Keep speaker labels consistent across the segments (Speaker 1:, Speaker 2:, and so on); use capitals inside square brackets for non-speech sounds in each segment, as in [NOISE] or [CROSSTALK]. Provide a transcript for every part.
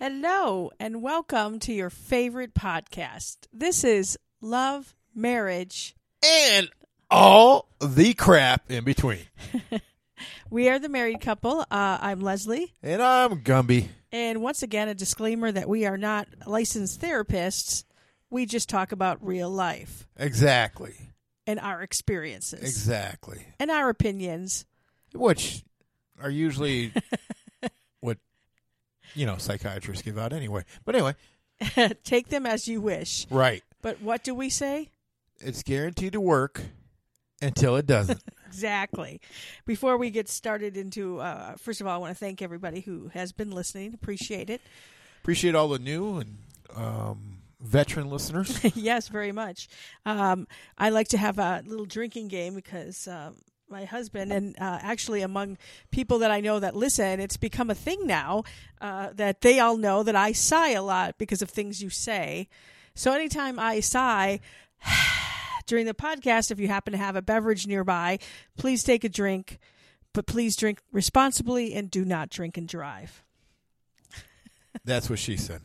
Speaker 1: Hello, and welcome to your favorite podcast. This is Love, Marriage.
Speaker 2: and all the crap in between.
Speaker 1: We are the married couple. Uh, I'm Leslie.
Speaker 2: And I'm Gumby.
Speaker 1: And once again, a disclaimer that we are not licensed therapists. We just talk about real life
Speaker 2: Exactly.
Speaker 1: and our experiences
Speaker 2: Exactly.
Speaker 1: and our opinions. [LAUGHS]
Speaker 2: Which are usually what you know psychiatrists give out anyway. But anyway,
Speaker 1: Take them as you wish.
Speaker 2: right.
Speaker 1: But what do we say?
Speaker 2: It's guaranteed to work until it doesn't.
Speaker 1: Exactly. Before we get started into, uh, first of all, I want to thank everybody who has been listening. Appreciate it.
Speaker 2: Appreciate all the new and um, veteran listeners.
Speaker 1: [LAUGHS] yes, very much. Um, I like to have a little drinking game because um, my husband and uh, actually among people that I know that listen, it's become a thing now uh, that they all know that I sigh a lot because of things you say. So anytime I sigh. [SIGHS] During the podcast, if you happen to have a beverage nearby, please take a drink, but please drink responsibly and do not drink and drive.
Speaker 2: That's what she said.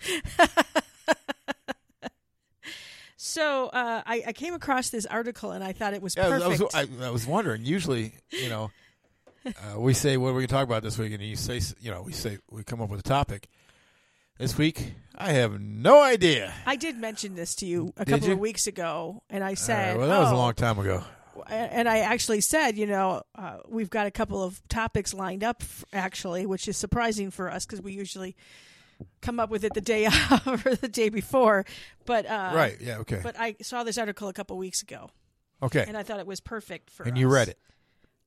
Speaker 1: So uh, I, I came across this article and I thought it was
Speaker 2: Yeah,
Speaker 1: perfect.
Speaker 2: I was, I, I was wondering. Usually, you know, uh, we say what are we going to talk about this week, and you say, you know, we say we come up with a topic. This week, I have no idea. Uh,
Speaker 1: I did mention this to you a
Speaker 2: Did
Speaker 1: couple
Speaker 2: you?
Speaker 1: of weeks ago, and I
Speaker 2: All right,
Speaker 1: said,
Speaker 2: well, that was a
Speaker 1: oh,
Speaker 2: long time ago.
Speaker 1: and I actually said, you know, uh, we've got a couple of topics lined up, f- actually, which is surprising for us because we usually come up with it the day [LAUGHS] of or the day before. But uh,
Speaker 2: right? Yeah. Okay.
Speaker 1: But I saw this article a couple of weeks ago,
Speaker 2: okay.
Speaker 1: and I thought it was perfect for.
Speaker 2: And you
Speaker 1: us.
Speaker 2: read it,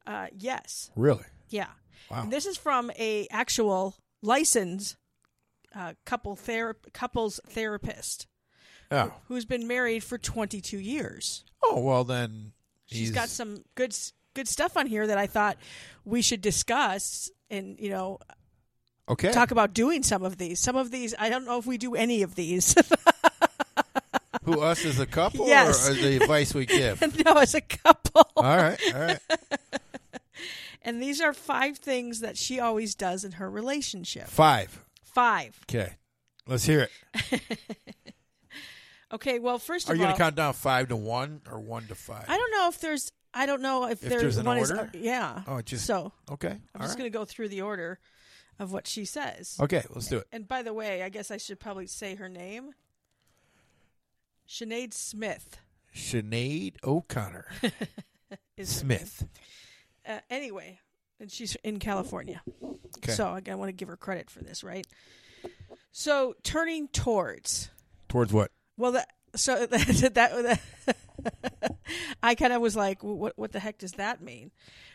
Speaker 1: Uh, yes.
Speaker 2: really?
Speaker 1: Yeah.
Speaker 2: Wow.
Speaker 1: And this is from a actual licensed uh, couple ther- couples therapist
Speaker 2: Oh.
Speaker 1: who's been married for 22 years.
Speaker 2: Oh well, then
Speaker 1: she's
Speaker 2: he's-
Speaker 1: got some good s- good stuff on here that I thought we should discuss and you know
Speaker 2: Okay.
Speaker 1: talk about doing some of these. Some of these I don't know if we do any of these. [LAUGHS]
Speaker 2: Who us as a couple,
Speaker 1: Yes.
Speaker 2: or as the advice we give?
Speaker 1: [LAUGHS] no, as a couple.
Speaker 2: all right. All right.
Speaker 1: And these are five things that she always does in her relationship.
Speaker 2: Five.
Speaker 1: Five.
Speaker 2: Okay. Let's hear it.
Speaker 1: Okay, well first
Speaker 2: Are
Speaker 1: of
Speaker 2: you going
Speaker 1: all
Speaker 2: to count down five to one or one to five?
Speaker 1: I don't know if there's I don't know if,
Speaker 2: If
Speaker 1: there-
Speaker 2: there's an
Speaker 1: one
Speaker 2: order?
Speaker 1: is uh, yeah.
Speaker 2: Oh, it just-
Speaker 1: So,
Speaker 2: Okay.
Speaker 1: I'm
Speaker 2: all
Speaker 1: just
Speaker 2: right.
Speaker 1: going to go through the order of what she says.
Speaker 2: Okay. Let's do it.
Speaker 1: And by the way, I guess I should probably say her name. Sinead Smith.
Speaker 2: Sinead O'Connor
Speaker 1: [LAUGHS] is her name.
Speaker 2: Smith.
Speaker 1: Uh, anyway, and she's in California,
Speaker 2: Okay.
Speaker 1: so I, want to give her credit for this, right? So turning towards,
Speaker 2: Towards what?
Speaker 1: well, that, so [LAUGHS] that, that, I kind of was like, what what the heck does that mean?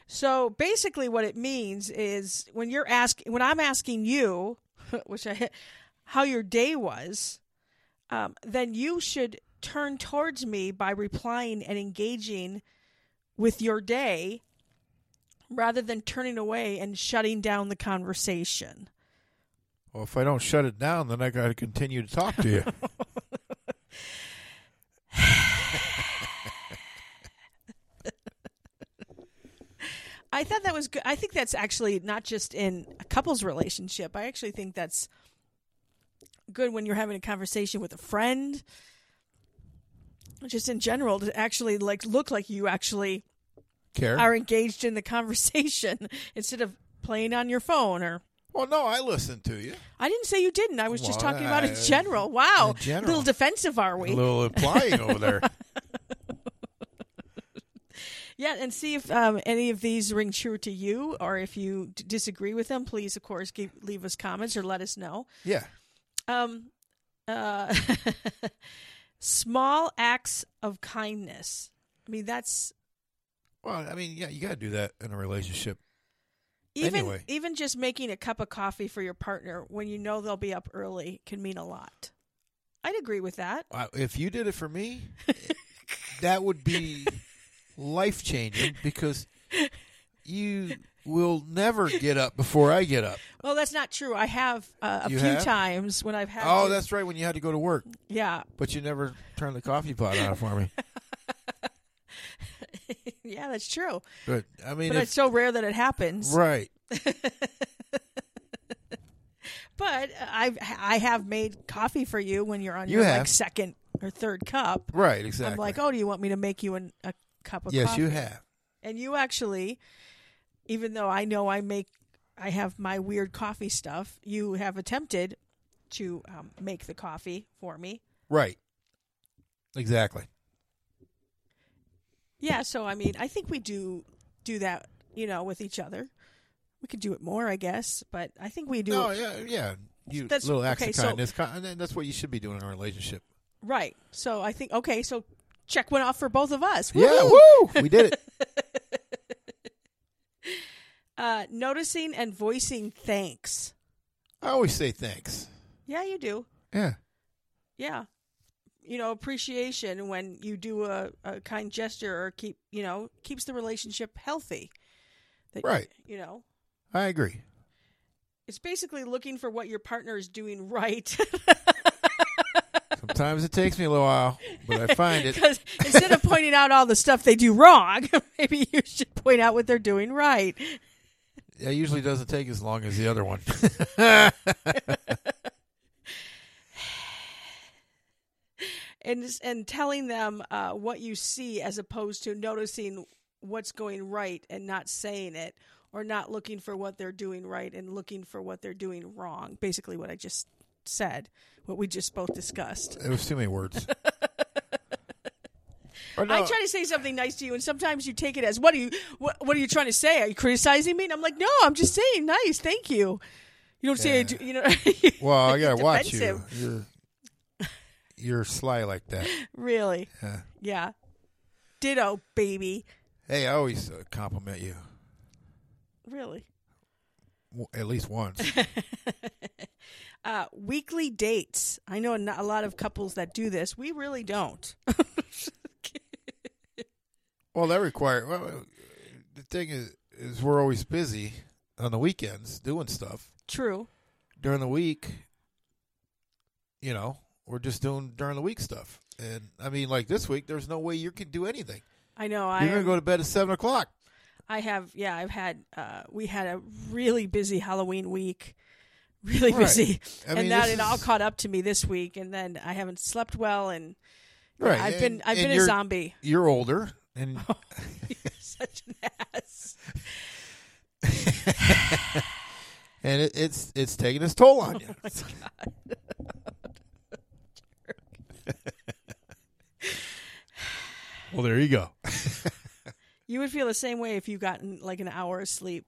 Speaker 1: So basically, what it means is when you're asking, when I'm asking you, [LAUGHS] which I, how your day was, um, then you should turn towards me by replying and engaging with your day rather than turning away and shutting down the conversation.
Speaker 2: Well, if I don't shut it down, then I got to continue to talk to
Speaker 1: [LAUGHS]
Speaker 2: you.
Speaker 1: I thought that was good. I think that's actually not just in a couple's relationship. I actually think that's good when you're having a conversation with a friend. Just in general, to actually like look like you actually
Speaker 2: Care?
Speaker 1: are engaged in the [LAUGHS] conversation instead of playing on your phone or
Speaker 2: well, no, I listened to you.
Speaker 1: I didn't say you didn't. I was just
Speaker 2: Well,
Speaker 1: talking about in
Speaker 2: I-
Speaker 1: general. Wow.
Speaker 2: in general.
Speaker 1: little defensive are we?
Speaker 2: A little implying over
Speaker 1: [LAUGHS]
Speaker 2: there.
Speaker 1: Yeah, and see if um, any of these ring true to you, or if you d- disagree with them, please, of course, give, leave us comments or let us know.
Speaker 2: Yeah.
Speaker 1: Um, uh, [LAUGHS] small acts of kindness. I mean, that's
Speaker 2: Well, I mean, yeah, you got to do that in a relationship.
Speaker 1: Even
Speaker 2: Anyway.
Speaker 1: even just making a cup of coffee for your partner when you know they'll be up early can mean a lot. I'd agree with that.
Speaker 2: Uh, if you did it
Speaker 1: [LAUGHS]
Speaker 2: for me, that would be life changing because you will never get up before I get up.
Speaker 1: Well, that's not true. I have uh, a
Speaker 2: You
Speaker 1: few
Speaker 2: have?
Speaker 1: times when I've had.
Speaker 2: Oh,
Speaker 1: to-
Speaker 2: that's right. When you had to go to work,
Speaker 1: yeah,
Speaker 2: but you never turned the coffee pot on
Speaker 1: [LAUGHS]
Speaker 2: for me.
Speaker 1: yeah, that's true.
Speaker 2: But I mean,
Speaker 1: But
Speaker 2: if-
Speaker 1: it's so rare that it happens.
Speaker 2: right?
Speaker 1: But I've I have made coffee for you when you're on
Speaker 2: You
Speaker 1: your like
Speaker 2: have.
Speaker 1: second or third cup.
Speaker 2: Right, exactly.
Speaker 1: I'm like, oh, do you want me to make you an, a cup of
Speaker 2: yes,
Speaker 1: coffee?
Speaker 2: you have.
Speaker 1: And you actually, even though I know I make, I have my weird coffee stuff, you have attempted to um, make the coffee for me.
Speaker 2: Right, exactly.
Speaker 1: Yeah, so I mean, I think we do do that, you know, with each other. We could do it more, I guess, but I think we do
Speaker 2: No,
Speaker 1: it
Speaker 2: yeah, yeah. You
Speaker 1: That's-
Speaker 2: little acts
Speaker 1: okay,
Speaker 2: of
Speaker 1: so-
Speaker 2: kindness, con- and that's what you should be doing in a relationship.
Speaker 1: right. So I think okay, so check one off for both of us.
Speaker 2: Yeah,
Speaker 1: Woohoo! [LAUGHS]
Speaker 2: woo! We did it.
Speaker 1: Uh, noticing and voicing thanks.
Speaker 2: I always say thanks.
Speaker 1: Yeah, you do.
Speaker 2: Yeah,
Speaker 1: yeah you know appreciation when you do a, a kind gesture or keep you know keeps the relationship healthy that,
Speaker 2: Right.
Speaker 1: you know
Speaker 2: I agree.
Speaker 1: it's basically looking for what your partner is doing right [LAUGHS]
Speaker 2: Sometimes it takes me a little while, but I
Speaker 1: [LAUGHS]
Speaker 2: find it.
Speaker 1: because instead of pointing out all the stuff they do wrong [LAUGHS] maybe you should point out what they're doing right
Speaker 2: It usually doesn't take as long as the
Speaker 1: [LAUGHS]
Speaker 2: other one.
Speaker 1: and s- and telling them uh, what you see as opposed to noticing what's going right and not saying it or not looking for what they're doing right and looking for what they're doing wrong basically what i just said what we just both discussed
Speaker 2: It was too many words. Or
Speaker 1: i
Speaker 2: no,
Speaker 1: try to say something nice to you and sometimes you take it as what are you what, what are you trying to say are you criticizing me and i'm like no i'm just saying nice thank you you don't say I
Speaker 2: Yeah.
Speaker 1: do, you know [LAUGHS]
Speaker 2: well, I gotta watch you.
Speaker 1: defensive.
Speaker 2: You're you're sly
Speaker 1: [LAUGHS]
Speaker 2: like that.
Speaker 1: really
Speaker 2: Yeah.
Speaker 1: yeah ditto baby
Speaker 2: Hey, I always uh, compliment you
Speaker 1: really
Speaker 2: w- at least once.
Speaker 1: [LAUGHS] Uh, weekly dates. I know not a lot of couples that do this. We really don't. [LAUGHS]
Speaker 2: Well, that require. Well, uh, the thing is, is we're always busy on the weekends doing stuff.
Speaker 1: True.
Speaker 2: During the week, you know, we're just doing during the week stuff. And I mean, like this week, there's no way you can do anything.
Speaker 1: I know. I
Speaker 2: You're gonna
Speaker 1: am-
Speaker 2: go to bed at seven o'clock.
Speaker 1: I have. Yeah, I've had. Uh, we had a really busy Halloween week. Really
Speaker 2: Right.
Speaker 1: busy,
Speaker 2: I mean,
Speaker 1: and that
Speaker 2: this
Speaker 1: it all
Speaker 2: is-
Speaker 1: caught up to me this week. And then I haven't slept well, and
Speaker 2: Right.
Speaker 1: I've
Speaker 2: and-
Speaker 1: been I've
Speaker 2: and
Speaker 1: been a
Speaker 2: you're-
Speaker 1: zombie. [LAUGHS]
Speaker 2: You're older, and
Speaker 1: Such an ass.
Speaker 2: and it, it's it's taking its toll
Speaker 1: [LAUGHS]
Speaker 2: on
Speaker 1: Oh
Speaker 2: you. [LAUGHS] well, there you go.
Speaker 1: You would feel the same way if you gotten like an hour of sleep,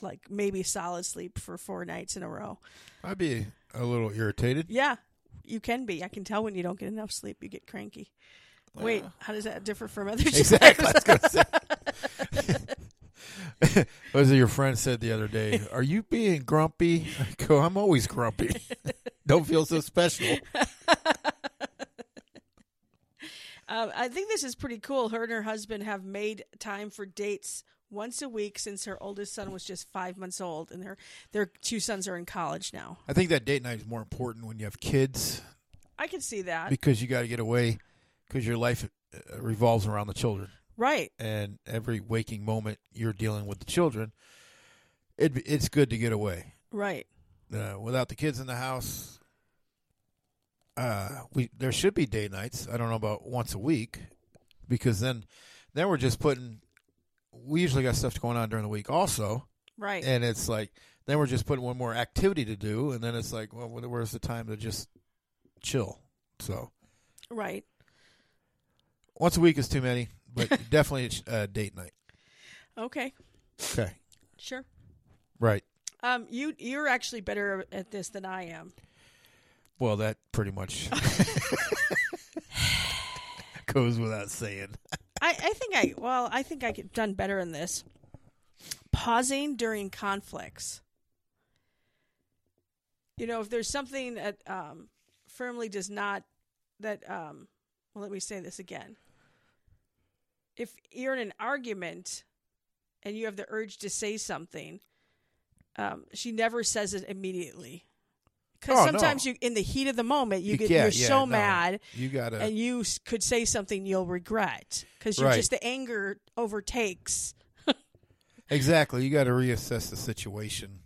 Speaker 1: like maybe solid sleep for four nights in a row.
Speaker 2: I'd be a little
Speaker 1: [LAUGHS]
Speaker 2: irritated.
Speaker 1: Yeah, you can be. I can tell when you don't get enough sleep, you get cranky. Wait, how does that differ from other [LAUGHS]
Speaker 2: Exactly. [LAUGHS] I was gonna say. [LAUGHS] Was it your friend said the other day? Are you being grumpy? I go, I'm always grumpy. [LAUGHS] Don't feel so special.
Speaker 1: Um, I think this is pretty cool. Her and her husband have made time for dates once a week since her oldest son was just five months old, and their their two sons are in college now.
Speaker 2: I think that date night is more important when you have kids
Speaker 1: I can see that.
Speaker 2: because you got to get away because your life uh, revolves around the children.
Speaker 1: right.
Speaker 2: and every waking moment you're dealing with the children, it it's good to get away.
Speaker 1: Right.
Speaker 2: Uh, without the kids in the house, uh, we there should be day nights. I don't know about once a week, because then then we're just putting. We usually got stuff going on during the week also,
Speaker 1: Right.
Speaker 2: and it's like then we're just putting one more activity to do, and then it's like, well, where's the time to just chill? So
Speaker 1: right.
Speaker 2: once a week is too many, but definitely it's uh, date night.
Speaker 1: Okay.
Speaker 2: Okay,
Speaker 1: Sure.
Speaker 2: right.
Speaker 1: Um, you you're actually better at this than I am.
Speaker 2: Well, that pretty much [LAUGHS] goes without saying.
Speaker 1: I, I think I well I think I get done better in this. pausing during conflicts. You know, if there's something that um, firmly does not, that, um, well, let me say this again. If you're in an argument and you have the urge to say something, um, she never says it immediately. Because
Speaker 2: Oh, no.
Speaker 1: sometimes you, in the heat of the moment, you, get
Speaker 2: can't,
Speaker 1: you're
Speaker 2: yeah,
Speaker 1: so
Speaker 2: no.
Speaker 1: mad,
Speaker 2: You gotta.
Speaker 1: and you s- could say something you'll regret because you
Speaker 2: Right.
Speaker 1: just the anger overtakes.
Speaker 2: Exactly. You got to reassess the situation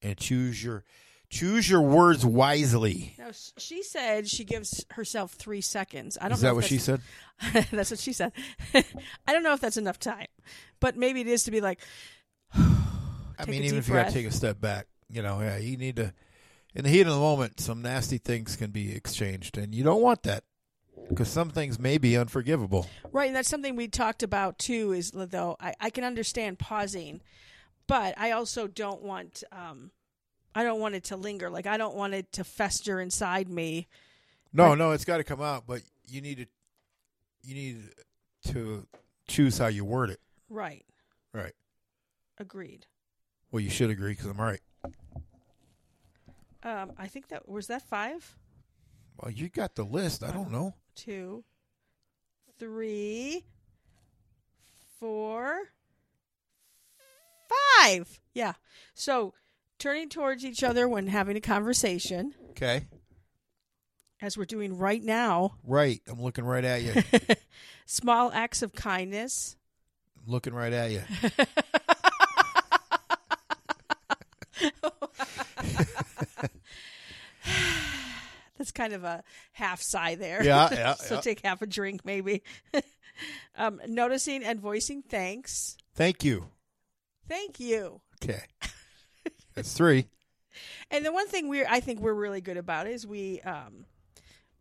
Speaker 2: and choose your choose your words wisely.
Speaker 1: Now s- she said she gives herself three seconds. I don't.
Speaker 2: Is
Speaker 1: know
Speaker 2: that
Speaker 1: if
Speaker 2: what she
Speaker 1: that's-
Speaker 2: said?
Speaker 1: [LAUGHS] that's what she said. I don't know if that's enough time, but maybe it is to be like.
Speaker 2: I
Speaker 1: Take
Speaker 2: mean,
Speaker 1: a
Speaker 2: even
Speaker 1: deep
Speaker 2: if you got
Speaker 1: breath.
Speaker 2: to take a step back, you know, yeah, you need to. In the heat of the moment, some nasty things can be exchanged, and you don't want that because some things may be unforgivable.
Speaker 1: Right, and that's something we talked about too. Is though I, I can understand pausing, but I also don't want um, I don't want it to linger. Like I don't want it to fester inside me.
Speaker 2: No, no, it's got to come out, but you need to you need to choose how you word it.
Speaker 1: Right,
Speaker 2: Right.
Speaker 1: agreed.
Speaker 2: Well, you should agree because I'm right.
Speaker 1: Um, I think that was that five,
Speaker 2: Well, you got the list. I don't know.
Speaker 1: two, three, four, five. Yeah. So turning towards each other when having a conversation,
Speaker 2: Okay.
Speaker 1: as we're doing right now.
Speaker 2: Right. I'm looking right
Speaker 1: [LAUGHS]
Speaker 2: at you.
Speaker 1: Small acts of kindness.
Speaker 2: looking right at you.
Speaker 1: That's kind of a half sigh there. [LAUGHS]
Speaker 2: Yeah, yeah,
Speaker 1: so
Speaker 2: yeah.
Speaker 1: take half a drink, maybe. [LAUGHS] um, noticing and voicing thanks.
Speaker 2: Thank you.
Speaker 1: Thank you.
Speaker 2: Okay. That's three.
Speaker 1: And the one thing we are I think we're really good about is we um,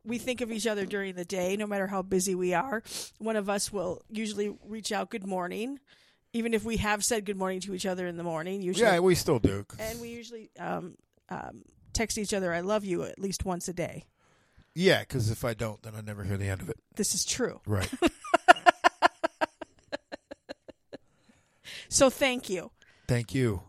Speaker 1: we think of each other during the day, no matter how busy we are. One of us will usually reach out good morning, even if we have said good morning to each other in the morning. Usually,
Speaker 2: Yeah, we still do. 'cause-
Speaker 1: and we usually um, um, text each other "I love you" at least once a day.
Speaker 2: yeah, because if I don't, then I never hear the end of it.
Speaker 1: This is true. [LAUGHS]
Speaker 2: Right.
Speaker 1: So thank you.
Speaker 2: Thank you.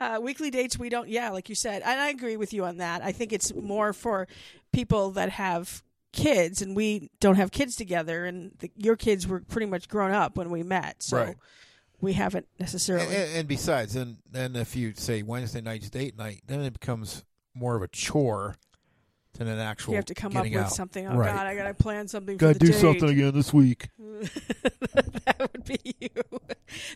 Speaker 1: Uh, weekly dates, we don't. Yeah, like you said, and I agree with you on that. I think it's more for people that have kids, and we don't have kids together. And the, your kids were pretty much grown up when we met, so
Speaker 2: Right.
Speaker 1: we haven't necessarily.
Speaker 2: And, and besides, and then if you say Wednesday night's date night, then it becomes more of a chore than an actual.
Speaker 1: you have to come up
Speaker 2: getting
Speaker 1: with
Speaker 2: out.
Speaker 1: something. Oh God, I gotta plan something.
Speaker 2: Gotta
Speaker 1: for the
Speaker 2: do
Speaker 1: date.
Speaker 2: something again this week.
Speaker 1: [LAUGHS] that would be you.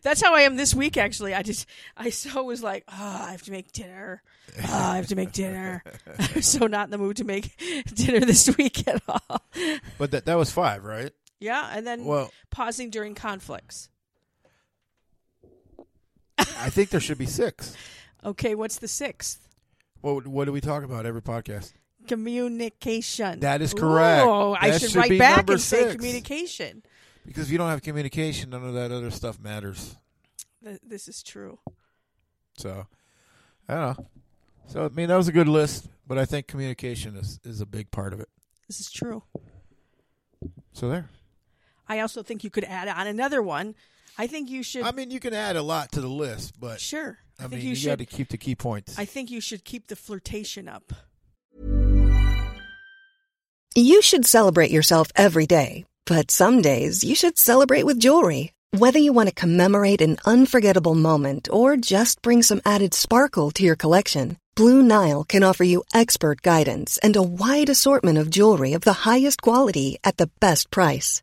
Speaker 1: That's how I am this week. Actually, I just I so was like, oh, I have to make dinner. Oh, I have to make dinner. [LAUGHS] I'm so not in the mood to make [LAUGHS] dinner this week at all.
Speaker 2: [LAUGHS] But that that was five, right?
Speaker 1: Yeah, and then
Speaker 2: Well,
Speaker 1: pausing during conflicts.
Speaker 2: I think there should be six.
Speaker 1: Okay, what's the sixth?
Speaker 2: What what do we talk about every podcast?
Speaker 1: Communication.
Speaker 2: That is correct.
Speaker 1: Oh, I
Speaker 2: That
Speaker 1: should,
Speaker 2: should
Speaker 1: write
Speaker 2: be
Speaker 1: back
Speaker 2: number
Speaker 1: and say
Speaker 2: six.
Speaker 1: communication.
Speaker 2: Because if you don't have communication, none of that other stuff matters.
Speaker 1: Th- This is true.
Speaker 2: So I don't know. So I mean that was a good list, but I think communication is, is a big part of it.
Speaker 1: This is true.
Speaker 2: So there.
Speaker 1: I also think you could add on another one. I think you should.
Speaker 2: I mean you can add a lot to the list, but
Speaker 1: sure. I,
Speaker 2: I,
Speaker 1: think
Speaker 2: mean
Speaker 1: you,
Speaker 2: you,
Speaker 1: should.
Speaker 2: got to keep the key points.
Speaker 1: I think you should keep the flirtation up.
Speaker 3: You should celebrate yourself every day, but some days you should celebrate with jewelry. Whether you want to commemorate an unforgettable moment or just bring some added sparkle to your collection, Blue Nile can offer you expert guidance and a wide assortment of jewelry of the highest quality at the best price.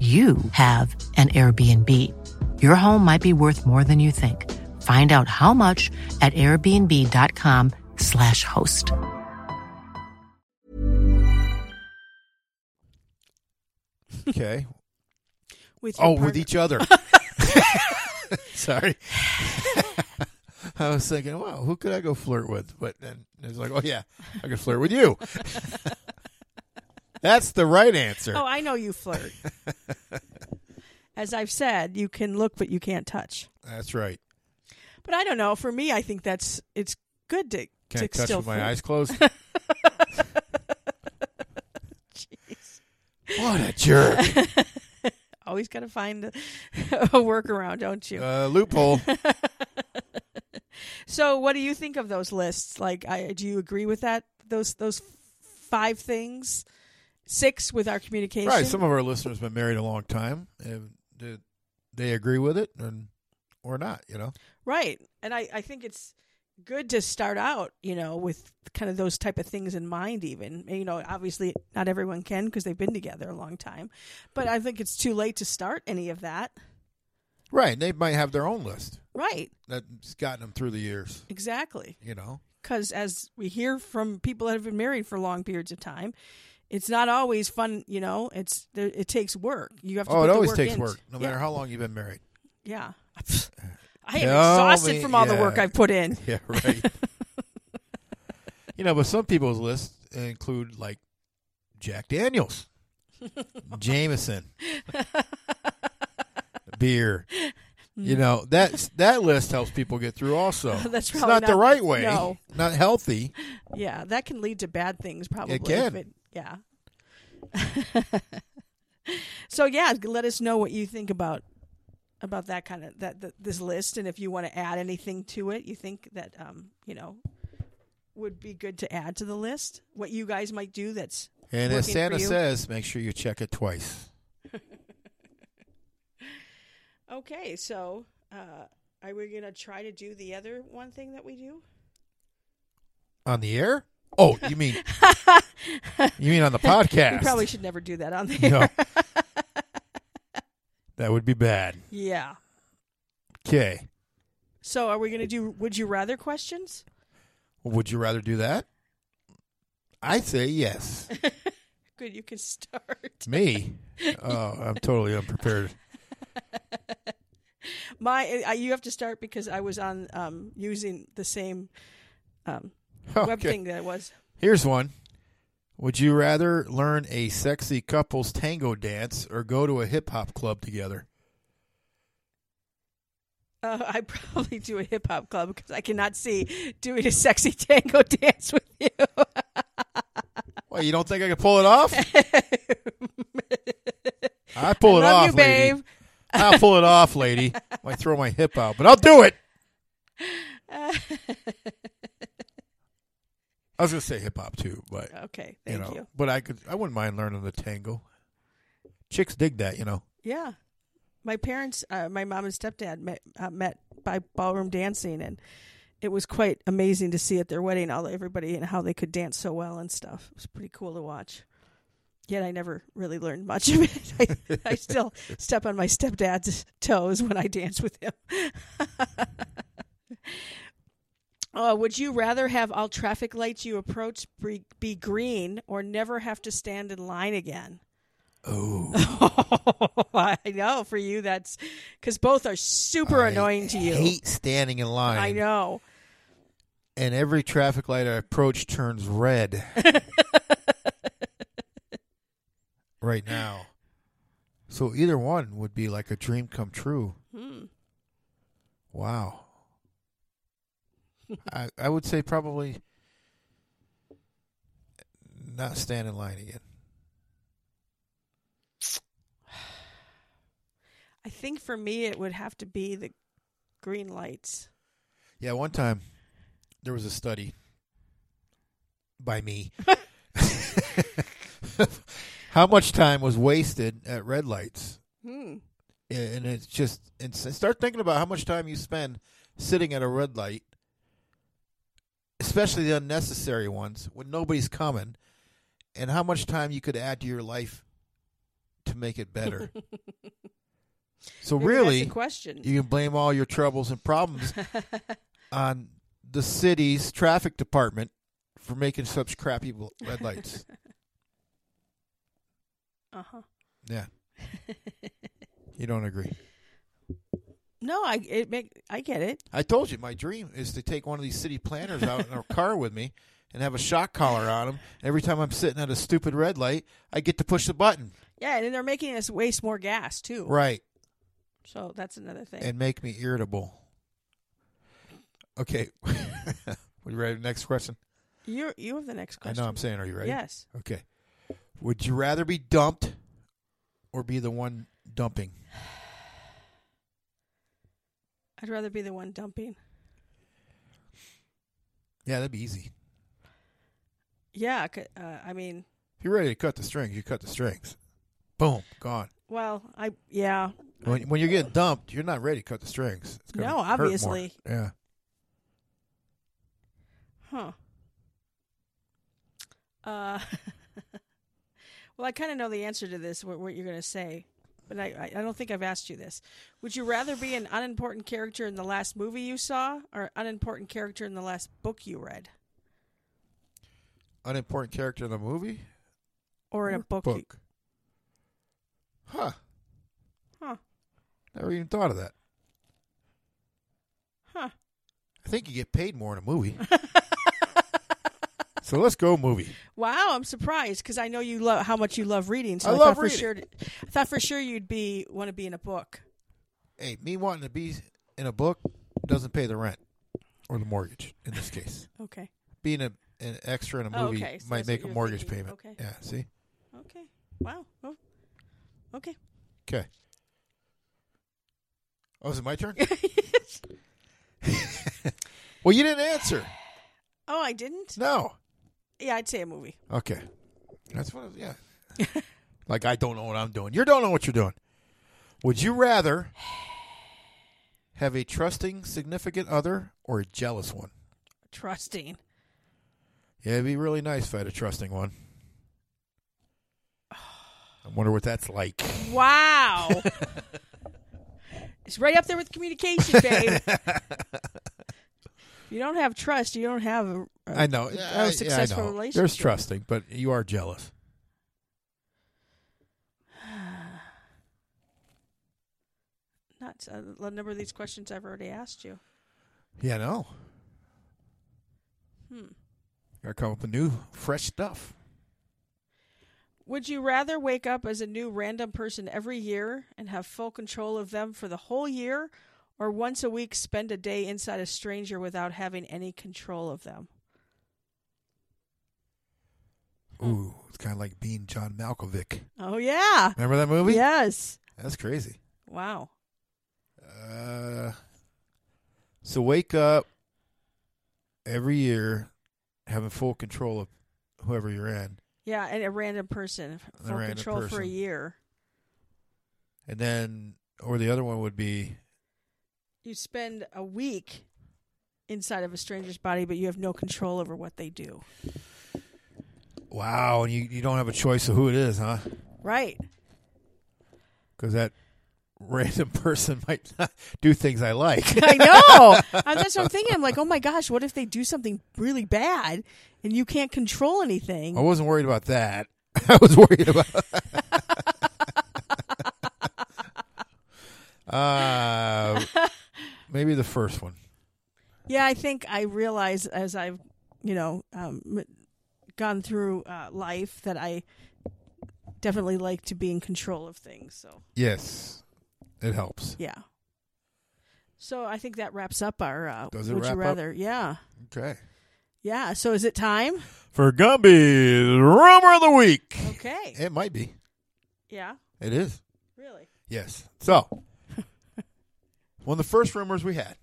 Speaker 4: you have an Airbnb. Your home might be worth more than you think. Find out how much at airbnb.com slash host.
Speaker 1: [LAUGHS]
Speaker 2: Okay.
Speaker 1: With your
Speaker 2: Oh, with
Speaker 1: partner.
Speaker 2: each
Speaker 1: [LAUGHS]
Speaker 2: other. Sorry. [LAUGHS] I was thinking, wow, who could I go flirt with? But then it's like, oh yeah, I could flirt with you. [LAUGHS] That's the right answer.
Speaker 1: Oh, I know you
Speaker 2: [LAUGHS]
Speaker 1: flirt. As I've said, you can look, but you can't touch.
Speaker 2: That's right.
Speaker 1: But I don't know. For me, I think that's it's good to,
Speaker 2: Can
Speaker 1: to
Speaker 2: not I touch
Speaker 1: still
Speaker 2: with my
Speaker 1: flirt.
Speaker 2: eyes
Speaker 1: [LAUGHS]
Speaker 2: closed? What a
Speaker 1: [LAUGHS]
Speaker 2: jerk!
Speaker 1: Always got to find [LAUGHS] a, a workaround, don't you?
Speaker 2: Uh, loophole.
Speaker 1: so, what do you think of those lists? Like, I, do you agree with that? Those those five things, six with our communication.
Speaker 2: Right. Some of our listeners have been married a long time, and they- they agree with it, and or not. You know.
Speaker 1: Right. And I, I think it's good to start out, you know, with kind of those type of things in mind, even. And, You know, obviously not everyone can because they've been together a long time, but I think it's too late to start any of that.
Speaker 2: Right. and They might have their own list
Speaker 1: Right.
Speaker 2: that's gotten them through the years.
Speaker 1: Exactly.
Speaker 2: You know.
Speaker 1: Because as we hear from people that have been married for long periods of time, it's not always fun, you know. It's there, it takes work. You have to.
Speaker 2: Oh,
Speaker 1: put
Speaker 2: it
Speaker 1: the
Speaker 2: always
Speaker 1: work
Speaker 2: takes
Speaker 1: in.
Speaker 2: work, no matter how long you've been married.
Speaker 1: Yeah. [LAUGHS] yeah. I am
Speaker 2: Tell
Speaker 1: exhausted
Speaker 2: me-
Speaker 1: from all the
Speaker 2: yeah.
Speaker 1: work I've put in.
Speaker 2: [LAUGHS] Yeah, right. you know, but some people's lists include like Jack Daniels,
Speaker 1: [LAUGHS]
Speaker 2: Jameson, beer. You know that that list helps people get through. Also,
Speaker 1: Hmm. [LAUGHS] That's
Speaker 2: it's
Speaker 1: probably
Speaker 2: not, the
Speaker 1: not-
Speaker 2: right way.
Speaker 1: no.
Speaker 2: Not healthy.
Speaker 1: Yeah, that can lead to bad things probably. if
Speaker 2: can.
Speaker 1: yeah. [LAUGHS] so yeah, let us know what you think about about that kind of that, that this list and if you want to add anything to it, you think that um, you know, would be good to add to the list. What you guys might do that's
Speaker 2: And
Speaker 1: working
Speaker 2: as
Speaker 1: for
Speaker 2: Santa
Speaker 1: you.
Speaker 2: says, make sure you check it twice.
Speaker 1: Okay, so uh are we going to try to do the other one thing that we do?
Speaker 2: On the air? Oh,
Speaker 1: [LAUGHS]
Speaker 2: you mean you mean on the podcast?
Speaker 1: We probably should never do that
Speaker 2: [LAUGHS]
Speaker 1: on there. [LAUGHS]
Speaker 2: No. that would be bad.
Speaker 1: Yeah.
Speaker 2: Okay.
Speaker 1: So are we going to do would you rather questions?
Speaker 2: Would you rather do that? I say yes.
Speaker 1: Good, you can [LAUGHS] start. [LAUGHS]
Speaker 2: Me? Oh, I'm totally unprepared.
Speaker 1: My, uh, I, you have to start because I was on um, using the same um, web
Speaker 2: Okay.
Speaker 1: thing that I was.
Speaker 2: Here's one. Would you rather learn a sexy couple's tango dance or go to a hip hop club together?
Speaker 1: Uh, I [LAUGHS] probably do a hip hop club because I cannot see doing a sexy [LAUGHS] tango dance with you.
Speaker 2: Well, you don't think I could pull
Speaker 1: [LAUGHS]
Speaker 2: it off? I pull it
Speaker 1: Love
Speaker 2: off,
Speaker 1: you,
Speaker 2: lady.
Speaker 1: babe.
Speaker 2: I'll pull it off,
Speaker 1: [LAUGHS]
Speaker 2: lady. Might throw my hip out, but I'll do it. I was gonna say hip hop too, but
Speaker 1: Okay,
Speaker 2: you
Speaker 1: thank
Speaker 2: know,
Speaker 1: you.
Speaker 2: but I could, I wouldn't mind learning the tango. Chicks dig that, you know.
Speaker 1: Yeah, my parents, uh, my mom and stepdad met, uh, met by ballroom dancing, and it was quite amazing to see at their wedding all everybody and how they could dance so well and stuff. It was pretty cool to watch. Yet I never really learned much of it. [LAUGHS] I, I still step on my stepdad's toes when I dance with him. [LAUGHS] Uh, would you rather have all traffic lights you approach be, be green or never have to stand in line again?
Speaker 2: [LAUGHS]
Speaker 1: Oh, [LAUGHS] I know. For you, that's because both are super
Speaker 2: I
Speaker 1: annoying to you.
Speaker 2: Hate standing in line.
Speaker 1: I know.
Speaker 2: And every traffic light I approach turns
Speaker 1: [LAUGHS]
Speaker 2: red. right now. So either one would be like a dream come true.
Speaker 1: Hmm.
Speaker 2: Wow. I I would say probably not stand in line again.
Speaker 1: I think for me, it would have to be the green lights.
Speaker 2: Yeah, one time there was a study by me. [LAUGHS] How much time was wasted at red lights?
Speaker 1: Hmm.
Speaker 2: and it's just and s- start thinking about how much time you spend sitting at a red light especially the unnecessary ones when nobody's coming
Speaker 1: [LAUGHS]
Speaker 2: and how much time you could add to your life to make it better So
Speaker 1: Maybe that's
Speaker 2: really,
Speaker 1: the question.
Speaker 2: you can blame all your troubles and problems on the city's traffic department for making such crappy bl- red lights.
Speaker 1: Uh huh.
Speaker 2: yeah, you don't agree.
Speaker 1: No, I it make I get it.
Speaker 2: I told you my dream is to take one of these city planners out in a car with me and have a shock collar on them. Every time I'm sitting at a stupid red light, I get to push the button.
Speaker 1: Yeah, and then they're making us waste more gas too.
Speaker 2: Right.
Speaker 1: So that's another thing.
Speaker 2: and make me irritable. Okay. [LAUGHS] we ready for the next question?
Speaker 1: you you have the next question.
Speaker 2: I know I'm saying, are you ready?
Speaker 1: Yes.
Speaker 2: Okay. Would you rather be dumped or be the one dumping?
Speaker 1: I'd rather be the one dumping.
Speaker 2: Yeah, that'd be easy.
Speaker 1: Yeah, I could- uh, I mean,
Speaker 2: If you're ready to cut the strings, you cut the strings. Boom, gone.
Speaker 1: well, I yeah,
Speaker 2: When, when you're getting dumped, you're not ready to cut the strings. It's gonna
Speaker 1: No,
Speaker 2: hurt more.
Speaker 1: obviously.
Speaker 2: Yeah.
Speaker 1: huh. Uh, [LAUGHS] well, I kind of know the answer to this. What, what you're going to say, but I, I I don't think I've asked you this. Would you rather be an unimportant character in the last movie you saw, or unimportant character in the last book you read,
Speaker 2: Unimportant character in the movie?
Speaker 1: or in a book? you-
Speaker 2: Book. Huh.
Speaker 1: huh?
Speaker 2: Never even thought of that.
Speaker 1: Huh?
Speaker 2: I think you get paid more in a movie.
Speaker 1: [LAUGHS]
Speaker 2: so let's go movie.
Speaker 1: Wow, I'm surprised because I know you love how much you love reading. So
Speaker 2: I
Speaker 1: I,
Speaker 2: love
Speaker 1: thought
Speaker 2: reading.
Speaker 1: for sure, I thought for sure you'd be want to be in a book.
Speaker 2: Hey, me wanting to be in a book doesn't pay the rent or the mortgage in this
Speaker 1: [LAUGHS]
Speaker 2: case.
Speaker 1: Okay.
Speaker 2: Being a, an extra in a
Speaker 1: Oh,
Speaker 2: movie
Speaker 1: okay. So
Speaker 2: might
Speaker 1: that's
Speaker 2: make
Speaker 1: what
Speaker 2: a
Speaker 1: you're
Speaker 2: mortgage
Speaker 1: thinking.
Speaker 2: payment.
Speaker 1: Okay.
Speaker 2: Yeah, see?
Speaker 1: Okay. Wow. Oh. Okay.
Speaker 2: Okay. Oh, is it
Speaker 1: [LAUGHS]
Speaker 2: my turn? [LAUGHS] well, you didn't answer.
Speaker 1: oh, I didn't.
Speaker 2: No.
Speaker 1: Yeah, I'd say a movie.
Speaker 2: Okay. That's what, I
Speaker 1: [LAUGHS]
Speaker 2: was- yeah. like, I don't know what I'm doing. You don't know what you're doing. Would you rather have a trusting significant other or a jealous one?
Speaker 1: Trusting.
Speaker 2: Yeah, it'd be really nice if I had a trusting one. I wonder what that's like.
Speaker 1: Wow. it's right up there with communication, babe. you don't have trust. You don't have. A, a-
Speaker 2: I know.
Speaker 1: a
Speaker 2: Yeah, I- yeah, I
Speaker 1: successful
Speaker 2: know.
Speaker 1: relationship.
Speaker 2: There's trusting, but you are jealous.
Speaker 1: Not a, a number of these questions I've already asked you.
Speaker 2: Yeah, no.
Speaker 1: Hmm.
Speaker 2: Gotta come up with new, fresh stuff.
Speaker 1: Would you rather wake up as a new random person every year and have full control of them for the whole year, or once a week spend a day inside a stranger without having any control of them? Hmm.
Speaker 2: Ooh, it's kind of like being John Malkovich.
Speaker 1: Oh yeah.
Speaker 2: Remember that movie?
Speaker 1: Yes.
Speaker 2: That's crazy.
Speaker 1: Wow.
Speaker 2: Uh, so wake up every year having full control of whoever you're in,
Speaker 1: Yeah, and a random person
Speaker 2: A
Speaker 1: full
Speaker 2: random
Speaker 1: control for a
Speaker 2: person.
Speaker 1: year.
Speaker 2: and then or the other one would be
Speaker 1: You spend a week inside of a stranger's body, but you have no control over what they do.
Speaker 2: wow, and you you don't have a choice of who it is, huh?
Speaker 1: Right.
Speaker 2: Because that [LAUGHS] random person might not do things I [LAUGHS] like.
Speaker 1: I know. I, that's what I'm thinking. I'm like, oh my gosh, what if they do something really bad and you can't control anything?
Speaker 2: I wasn't worried about that. [LAUGHS] I was worried about. [LAUGHS] uh, maybe the first one.
Speaker 1: Yeah, I think I realize as I've, you know, um, m- gone through uh, life that I definitely like to be in control of things. So,
Speaker 2: Yes, it helps.
Speaker 1: yeah. So I think that wraps up our uh,
Speaker 2: Does it
Speaker 1: Would You
Speaker 2: wrap up?
Speaker 1: Rather. Yeah.
Speaker 2: Okay.
Speaker 1: Yeah. So is it
Speaker 2: [LAUGHS]
Speaker 1: time?
Speaker 2: For Gumby's rumor of the week,
Speaker 1: Okay.
Speaker 2: it might be.
Speaker 1: Yeah.
Speaker 2: It is.
Speaker 1: Really?
Speaker 2: Yes. So, [LAUGHS] one of the first rumors we had,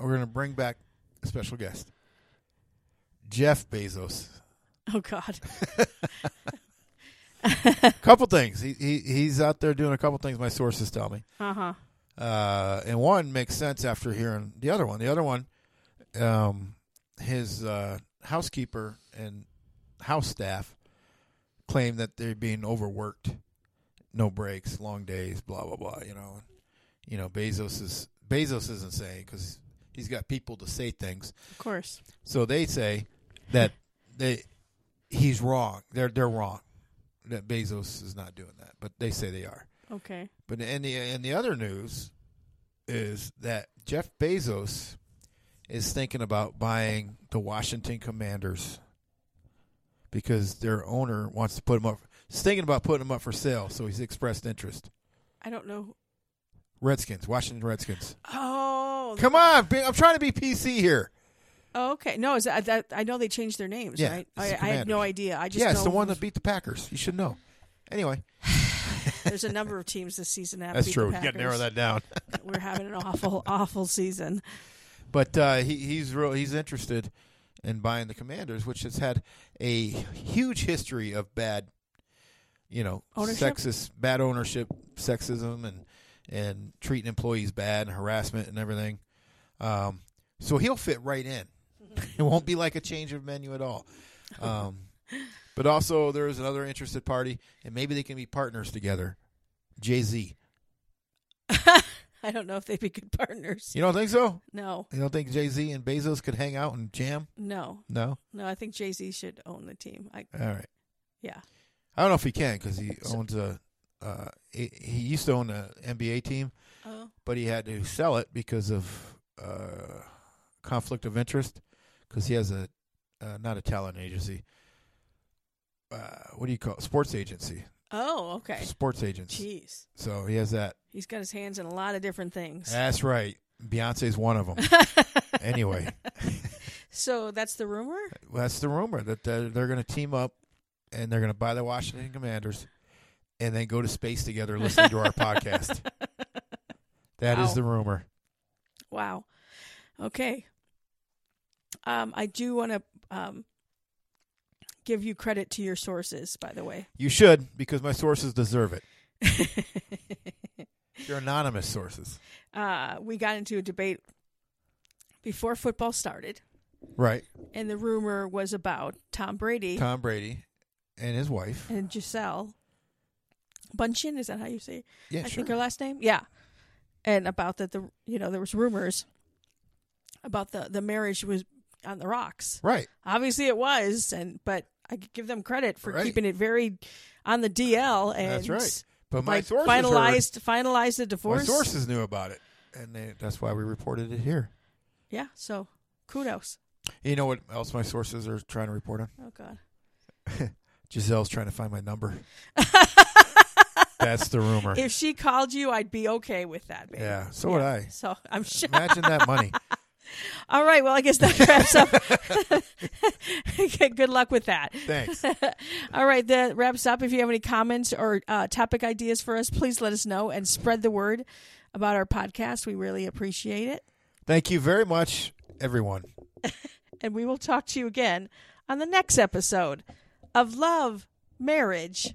Speaker 2: we're going to bring back a special guest, Jeff Bezos.
Speaker 1: Oh, God.
Speaker 2: couple things. He, he he's out there doing a couple things. My sources tell me,
Speaker 1: Uh huh.
Speaker 2: uh, and one makes sense after hearing the other one. The other one, um, his uh, housekeeper and house staff claim that they're being overworked no breaks, long days, blah blah blah. You know, you know Bezos is Bezos isn't saying because he's got people to say things.
Speaker 1: Of course.
Speaker 2: So they say that they he's wrong. They're they're wrong. That Bezos is not doing that, but they say they are.
Speaker 1: Okay.
Speaker 2: But and the and the other news is that Jeff Bezos is thinking about buying the Washington Commanders because their owner wants to put them up. He's thinking about putting them up for sale, so he's expressed interest.
Speaker 1: I don't know.
Speaker 2: Redskins, Washington Redskins.
Speaker 1: Oh.
Speaker 2: Come on, be- I'm trying to be PC here.
Speaker 1: Okay. No, is that, that I know they changed their names,
Speaker 2: Yeah,
Speaker 1: right?
Speaker 2: it's the
Speaker 1: I, I had no
Speaker 2: Commanders.
Speaker 1: idea. I just
Speaker 2: yeah, it's
Speaker 1: know
Speaker 2: the one that beat the Packers. You should know. Anyway,
Speaker 1: there's a number of teams this season that
Speaker 2: that's
Speaker 1: beat The
Speaker 2: true. You got to
Speaker 1: Packers.
Speaker 2: narrow that down.
Speaker 1: We're having an awful, [LAUGHS] awful season.
Speaker 2: But uh, he, he's real. He's interested in buying the Commanders, which has had a huge history of bad, you know,
Speaker 1: Ownership?
Speaker 2: sexist, bad ownership, sexism, and and treating employees bad and harassment and everything. Um, so he'll fit right in. [LAUGHS] it won't be like a change of menu at all. Um, but also, there is another interested party, and maybe they can be partners together. Jay Z.
Speaker 1: I don't know if they'd be good partners.
Speaker 2: You don't think so?
Speaker 1: No,
Speaker 2: You don't think Jay Z and Bezos could hang out and jam?
Speaker 1: no,
Speaker 2: No.
Speaker 1: no. I think Jay Z should own the team. I
Speaker 2: All right.
Speaker 1: yeah.
Speaker 2: I don't know if he can because he owns a. Uh, he, he used to own an NBA team,
Speaker 1: Oh,
Speaker 2: but he had to sell it because of uh, conflict of interest. Because he has a uh, not a talent agency. Uh, what do you call it? sports agency?
Speaker 1: oh, okay.
Speaker 2: Sports agents.
Speaker 1: Jeez,
Speaker 2: So he has that.
Speaker 1: he's got his hands in a lot of different things.
Speaker 2: That's right. Beyonce's one of them. anyway,
Speaker 1: So that's the rumor.
Speaker 2: that's the rumor that they're, they're going to team up and they're going to buy the Washington Commanders and then go to space together listening to our podcast.
Speaker 1: [LAUGHS]
Speaker 2: That is
Speaker 1: Wow.
Speaker 2: the rumor.
Speaker 1: Wow. Okay. Um, I do want to um give you credit to your sources, by the
Speaker 2: [LAUGHS]
Speaker 1: way.
Speaker 2: You should, because my sources deserve it. Your anonymous sources.
Speaker 1: uh, we got into a debate before football started,
Speaker 2: Right.
Speaker 1: and the rumor was about Tom Brady
Speaker 2: Tom Brady and his wife.
Speaker 1: and Giselle Bunchin. Is that how you say? it?
Speaker 2: Yeah,
Speaker 1: I
Speaker 2: sure.
Speaker 1: think her last name. Yeah, and about that the you know there was rumors about the the marriage was on the rocks.
Speaker 2: right.
Speaker 1: Obviously, it was, and but I could give them credit for
Speaker 2: Right.
Speaker 1: keeping it very on the DL and
Speaker 2: That's right. But my
Speaker 1: like
Speaker 2: sources
Speaker 1: finalized finalized the
Speaker 2: heard,
Speaker 1: divorce.
Speaker 2: my sources knew about it. And they, that's why we reported it here.
Speaker 1: Yeah, so kudos.
Speaker 2: You know what else my sources are trying to report on?
Speaker 1: Oh God.
Speaker 2: Giselle's trying to find
Speaker 1: [LAUGHS]
Speaker 2: my number. that's the rumor.
Speaker 1: If she called you, I'd be okay with that. Baby.
Speaker 2: yeah, so would I.
Speaker 1: So I'm sure.
Speaker 2: Imagine that money.
Speaker 1: All right. Well, I guess that wraps up. [LAUGHS] Okay, Good luck with that.
Speaker 2: Thanks.
Speaker 1: All right. That wraps up. If you have any comments or uh, topic ideas for us, please let us know and spread the word about our podcast. We really appreciate it.
Speaker 2: Thank you very much, everyone.
Speaker 1: And we will talk to you again on the next episode of Love, Marriage.